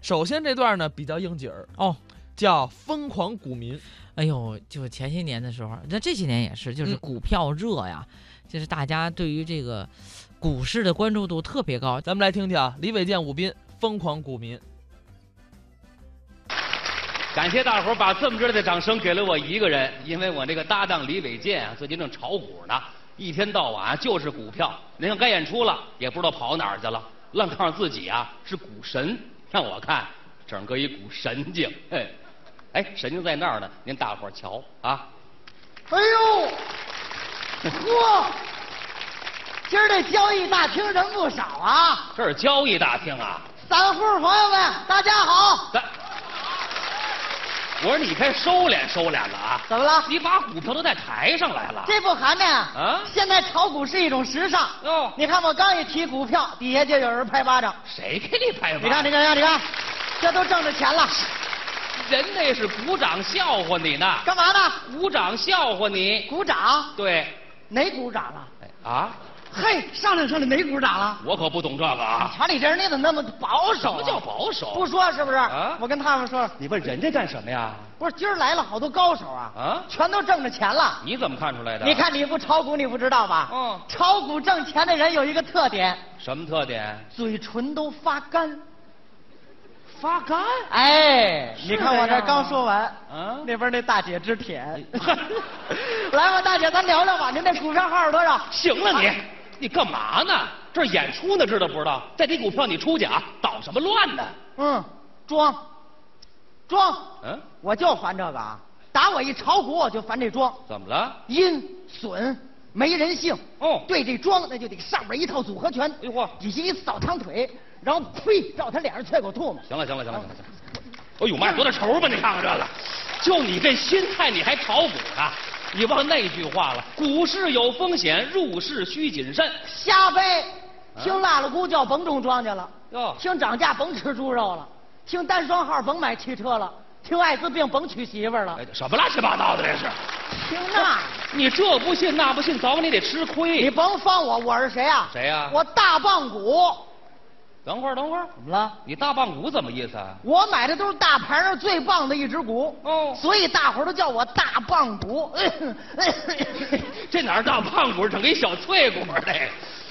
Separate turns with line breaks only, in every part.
首先这段呢比较应景儿
哦，
叫“疯狂股民
哎呦，就前些年的时候，那这些年也是，就是
嗯
股票热呀，就是大家对于这个股市的关注度特别高”。。
咱们来听听啊，李伟健、武斌“疯狂股民
感谢大伙儿把这么热烈的掌声给了我一个人，因为我那个搭档李伟健啊，最近正炒股呢，一天到晚啊就是股票。您看该演出了，也不知道跑哪儿去了，愣告诉自己啊是股神，让我看整个一股神经。 嘿，哎，神经在那儿呢，您大伙儿瞧啊，
哎呦，嚯！今儿这交易大厅人不少啊！
这是交易大厅啊。
散户朋友们，大家好！
咱，我说你该收敛收敛了啊，
怎么了？
你把股票都带台上来了。
这不寒碜啊！
啊
现在炒股是一种时尚。
哦
你看我刚一提股票，底下就有人拍巴掌。
谁给你拍板？
你看，你看，你看，你看，这都挣着钱了，
人那是鼓掌笑话你呢，
干嘛呢？
鼓掌笑话你。
鼓掌？
对，
哪鼓掌了？
哎啊，
嘿，商量商量，哪鼓掌了？
我可不懂这个啊。
瞧你这人，你怎么那么保
什
守、啊
么叫？保守？
不，说是不是？
啊
我跟他们说，
你问人家干什么呀？
不是今儿来了好多高手啊，
啊
全都挣着钱了。
你怎么看出来的？
你看你不炒股，你不知道吧？
嗯
炒股挣钱的人有一个特点，
什么特点？
嘴唇都发干。
发干。
哎，
是
你看我
这
这
样吗
刚说完，
啊
那边那大姐直 舔。
哎
来吧，大姐，咱聊聊吧。您这股票号是多少？
行了你，啊你干嘛呢？这儿演出呢，知道不知道？再提股票你出去啊，捣什么乱呢？
嗯，装，装。
嗯，
我就烦这个啊！打我一炒股，我就烦这装，
怎么了？
阴损，没人性。
哦
对这装那就得上边一套组合拳。
哎呦嚯
底下一扫堂腿，然后呸，绕他脸上啐口唾沫。
行了行了行了行了行了，哎呦妈，多大仇吧？你看看这个，就你这心态，你还炒股呢？你忘那句话了，股市有风险，入市需谨慎。
瞎掰，听辣了咕叫甭种庄稼了，
嗯哟
听涨价甭吃猪肉了，听单双号甭买汽车了，听艾滋病甭娶媳妇儿了
哎，，什么乱七八糟的这是？
听 那，
你这不信那不信，早晚你得吃
你
亏。
甭放我，我是谁啊？
谁呀
我大棒骨，
等会儿等会儿，
怎么了？
你大棒骨怎么意思啊？
我买的都是大盘上最棒的一只股，
哦
所以大伙儿都叫我大棒哎骨。
这哪是大棒骨，整个一小脆骨儿嘞？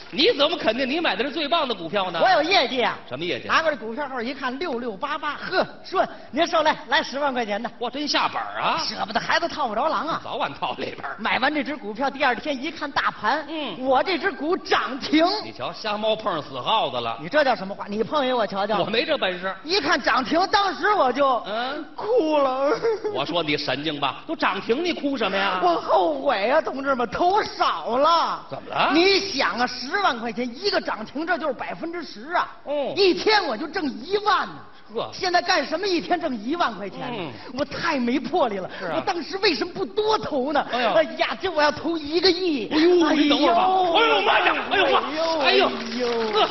你怎么肯定你买的是最棒的股票呢？
我有业绩啊！
哎什么业绩
拿过这股票号一看，六六八八，呵，顺，您受累，来十万块钱的，
哇，真下本儿啊！
舍不得孩子套不着狼啊！
早晚套里边儿。
买完这只股票，第二天一看大盘，
嗯
我这只股涨停。
你瞧，瞎猫碰上死耗子了。
你这叫什么话？你碰一我瞧瞧。
我没这本事。
一看涨停，当时我就
嗯
哭 了。
我说你神经吧，都涨停你哭什么呀？
我后悔啊，同志们，投少了。
怎么了
你想啊，十万块钱一个涨停，这就是百分之十啊。
哦
一天我就挣一万呢、
呵嗯
现在干什么一天挣一万块钱呢？我太没魄力了。
是啊
我当时为什么不多投呢？
哎呀
呀，这我要投一个亿。
哎呦，你等会儿吧。哎呦妈呀！哎呦妈！哎呦！呵
呦！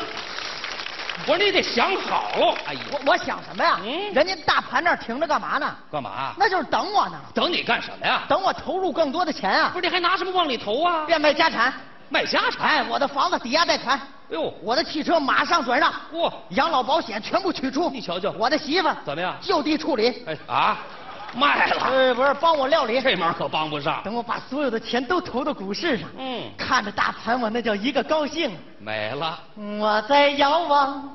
我说你得想好喽。哎呦，
我我想什么呀？
嗯啊
人家大盘那儿停着干嘛呢？
干嘛？
那就是等我呢，
等你干什么呀？
等我投入更多的钱啊
不，是你还拿什么往里投啊？
变卖家产。
卖家产。
哎，我的房子抵押贷款，
哎呦，
我的汽车马上转让，
嚯
养老保险全部取出。
你瞧瞧
我的媳妇儿
怎么样
就地处理。
哎啊，卖了。
呃，不是，帮我料理。
这忙可帮不上。
等我把所有的钱都投到股市上，
嗯
看着大盘，我那叫一个高兴。啊
没了。
我在遥望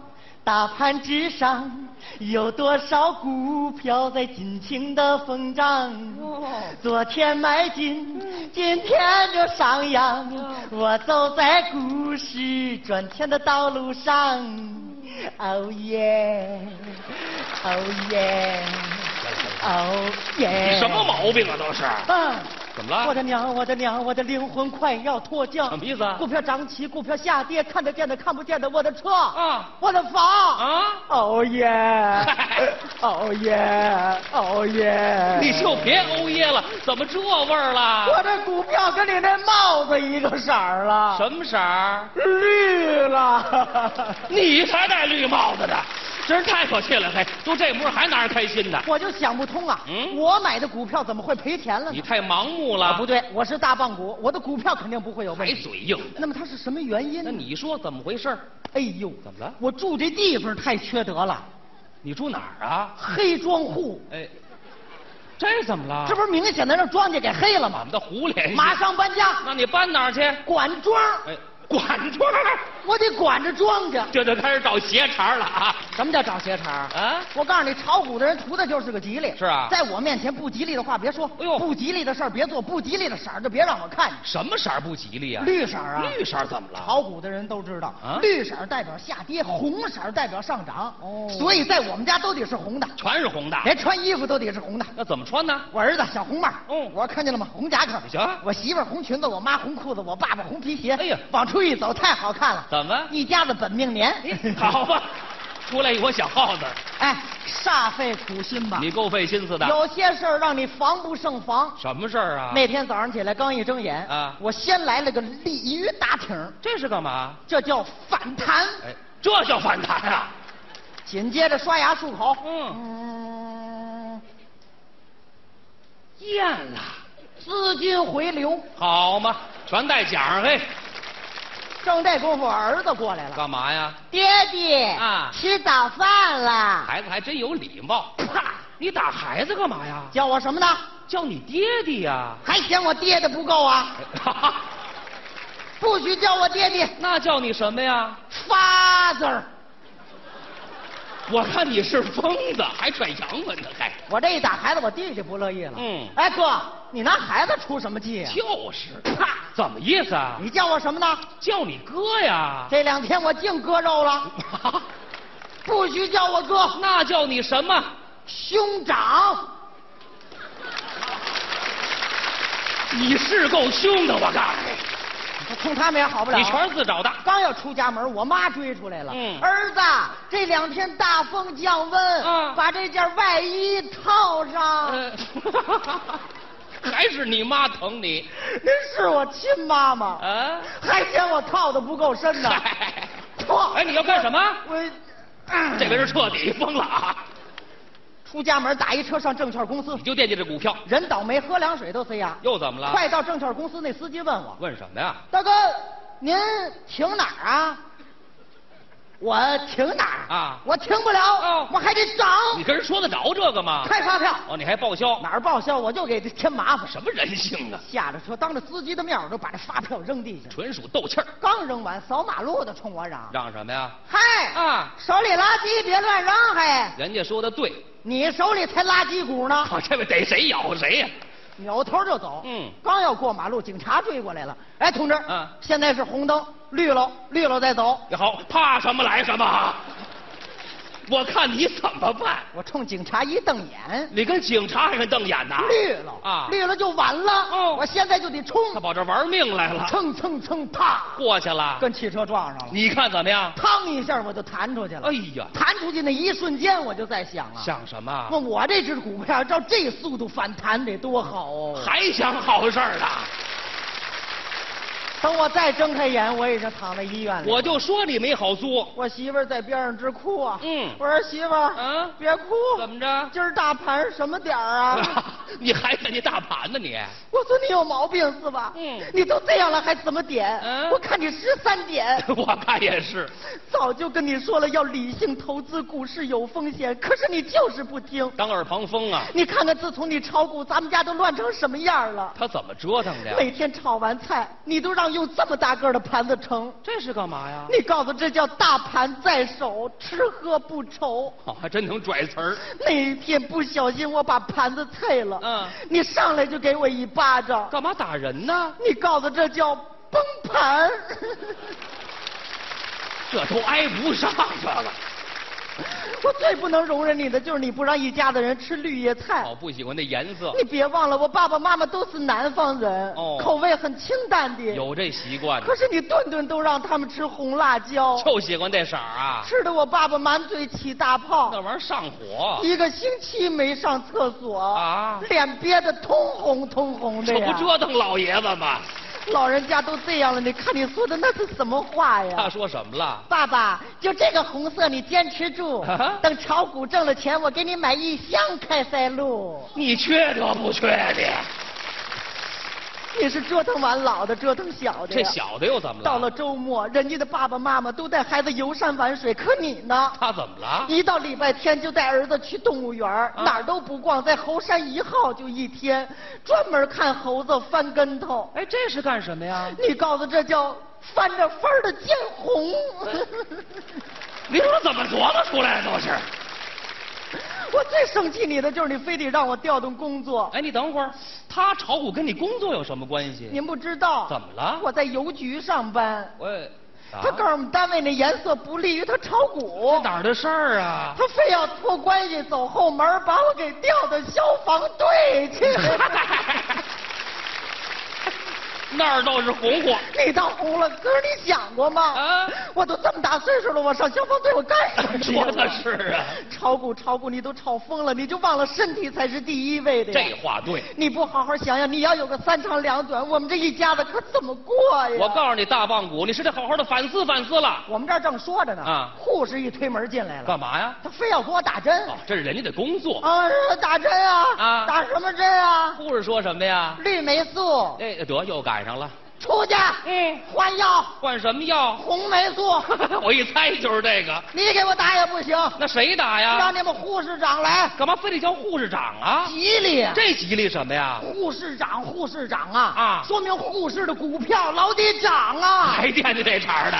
大盘之上，有多少股票在尽情的疯涨？昨天买进，今天就上扬。我走在股市赚钱的道路上，哦耶，哦耶，哦耶。
你什么？毛病啊？都是。
嗯。
怎么了
我的娘，我的娘，我的灵魂快要脱缰。
啊什么意思啊
股票涨起，股票下跌，看得见的，看不见的，我的车
啊
我的房
啊！
哦耶，哦耶，哦耶！
你就别啊欧耶了，怎么这味儿
我
了？
这股票跟你那帽子一个色儿了，
什么色儿？
绿了？
你才戴绿帽子呢，真是太可气了！嘿，都这模样还拿人开心呢，
我就想不通啊，
嗯
我买的股票怎么会赔钱了呢？
你太盲目了。
啊不，对，我是大棒股，我的股票肯定不会有问
还
题。
嘴硬。
那么它是什么原因呢？
那你说怎么回事？
哎呦，
怎么了
我住这地方太缺德了，
你住哪儿 啊？啊
黑庄户，
哎，这怎么了？
这不是明显的让庄稼给黑了
我
吗
们？的胡联系？
马上搬家，
那你搬哪儿去？
管庄，
啊哎，管住了！
我得管着庄稼。
这就开始找鞋茬了啊！
什么叫找鞋茬儿
啊
我告诉你，炒股的人图的就是个吉利。
是啊
在我面前不吉利的话别说，
哎呦
不吉利的事儿别做，不吉利的色儿就别让我看见。
什么色儿不吉利啊？
绿色儿啊，
绿色儿怎么了？
炒股的人都知道，
啊
绿色儿代表下跌，红色儿代表上涨。
哦
所以在我们家都得是红的，
全是红的。
连穿衣服都得是红的。
那怎么穿呢？
我儿子小红帽，
嗯
我看见了吗？红夹克，
行
我媳妇儿红裙子，我妈红裤子，我爸爸红皮鞋。
哎呀
往出一走，太好看了。
怎么
一家子本命年。
好吧，出来一窝小耗子，
哎，煞费苦心吧。
你够费心思的。
有些事儿让你防不胜防。
什么事儿啊？
那天早上起来刚一睁眼，
啊
我先来了个鲤鱼打挺，
这是干嘛？
这叫反弹。
哎，这叫反弹啊！
紧接着刷牙漱口，嗯
厌了，
资金回流。
好嘛，全带奖嘿。
正这功夫，儿子过来了，
干嘛呀？
爹爹
啊
吃早饭了，
孩子还真有礼貌。啪！你打孩子干嘛呀？
叫我什么呢？
叫你爹爹呀、
还嫌我爹的不够啊？
哈哈，
不许叫我爹爹
那叫你什么呀？
，father。
我看你是疯子，还拽洋文呢，还
我这一打孩子，我弟弟不乐意了。
嗯
哎哥，你拿孩子出什么气呀、
就是，啪，怎么意思啊？
你叫我什么呢？
叫你哥呀？
这两天我净割肉了，
哈
不许叫我哥，
那叫你什么？
兄长。
你是够凶的，我告诉你，
我冲他们也好不了。
你全是自找的。
刚要出家门，我妈追出来了。
嗯
儿子，这两天大风降温，
嗯
把这件外衣套上。
呃， 还是你妈疼你
您是我亲妈妈，
啊？
还嫌我套的不够深 呢。
嗨
嚯
哎，你要干什么？嗯
我
这个人彻底疯了啊！
出家门打一车上证券公司
你，就惦记这股票，
人倒霉，喝凉水都塞牙。
又怎么了？
快到证券公司，那司机问我
问什么呀？：“
大哥，您停哪儿啊？”我停哪儿
啊
我停不了，
哦
我还得找。
你跟人说得着这个吗？
开发票
哦，你还报销？
哪儿报销我就给他添麻烦。
什么人性啊？
下了车，当着司机的面，我就把这发票扔地下。
纯属斗气儿。
刚扔完，扫马路的冲我嚷
嚷什么呀？：“
嗨
啊
手里垃圾别乱扔，嘿，
人家说的对，
你手里才垃圾股呢
好，这位逮谁咬谁呀、
扭头就走。
嗯
刚要过马路，警察追过来了。哎，同志，
嗯
现在是红灯，绿了，绿了再走。
你好，怕什么来什么啊！我看你怎么办？
我冲警察一瞪眼，
你跟警察还是瞪眼呐？
绿了
啊！
绿了就晚了。
哦
我现在就得冲，
他跑这玩命来了，
蹭蹭蹭，啪，
过去了。
跟汽车撞上了。
你看怎么样？
嘡一下我就弹出去了。
哎呀
弹出去那一瞬间我就在想啊，
想什
那
么？
我这只股票照这速度反弹得多好哦！
还想好事儿啊呢？
等我再睁开眼，我已经躺在医院里。
我就说你没好租。
我媳妇儿在边上直哭啊。
嗯
我说媳妇儿，
嗯
别哭。
怎么着嗯
今儿大盘什么点儿啊？
你还惦记大盘呢你？
我说你有毛病是吧？
嗯
你都这样了还怎么点？
嗯
我看你十三 点。
我看也是。
早就跟你说了要理性投资，股市有风险，可是你就是不听。
当耳旁风啊！
你看看，自从你炒股，咱们家都乱成什么样了。
他怎么折腾的哎呀？
每天炒完菜，你都让用这么大个儿的盘子盛。
这是干嘛呀？
你告诉这叫大盘在手，吃喝不愁。
哦，还真能拽词儿。
那一天不小心我把盘子碎了，
嗯
你上来就给我一巴掌，
干嘛打人呢？
你告诉这叫崩盘。
这都挨不上这个。
我最不能容忍你的就是你不让一家子人吃绿叶菜。
哦，不喜欢那颜色
你，别忘了，我爸爸妈妈都是南方人，
哦
口味很清淡的。
有这习惯呢
可，是你顿顿都让他们吃红辣椒，
就喜欢这色儿啊。
吃的我爸爸满嘴起大
那
泡，
玩意儿上火，
一个星期没上厕所，
啊
脸憋得通红通红的
这
呀
不。折腾老爷子吗？
老人家都这样了，你看你说的那是什么话
他
哎呀？
说什么了？
爸爸，就这个红色你坚持住，
啊
等炒股挣了钱，我给你买一箱开塞露。哎
你缺德不缺德？
你是折腾完老的，折腾小的
这
呀。
小啊的又怎么了？
到了周末，人家的爸爸妈妈都带孩子游山玩水，可你呢？
他怎么了？
一到礼拜天就带儿子去动物园儿，
啊
哪儿都不逛，在猴山一号就一天，专门看猴子翻跟头。
哎，这是干什么呀？
你告诉这叫翻着翻儿的见 红。
你说怎么琢磨出来的都是？
我最生气你的就是你非得让我调动工作，
哎，你等会儿，他炒股跟你工作有什么关系？
您不知道
怎么了
我在邮局上班，
我，
他告诉我们单位那颜色不利于他炒股
我，哪儿的事儿啊？
他非要托关系走后门儿把我给调到消防队去。
那儿倒是红火。
你倒红了，可是你想过吗？
啊
我都这么大岁数了，我上消防队我干什么去？
说的是 啊
炒股炒股，你都炒疯了，你就忘了身体才是第一位的呀。
这话对。
你不好好想想，你要有个三长两短，我们这一家子可怎么过呀？
我告诉你，大棒骨，你是得好好的反思反思了。
我们这儿正说着呢，
啊
护士一推门进来了，
干嘛呀？
他非要给我打针。
哦，这是人家的工作。
啊，打针啊！
啊
打什么针啊？
护士说什么呀？
绿霉素，
哎，得又赶上了。
出去！
嗯，
换药，
换什么药？
红霉素，
我一猜就是这个。
你给我打也不行，
那谁打呀
让？你们护士长来。
干嘛非得叫护士长啊？
吉利。
这吉利什么呀？
护士长，护士长啊
啊哎
说明护士的股票老得涨啊！
还惦记这茬儿的？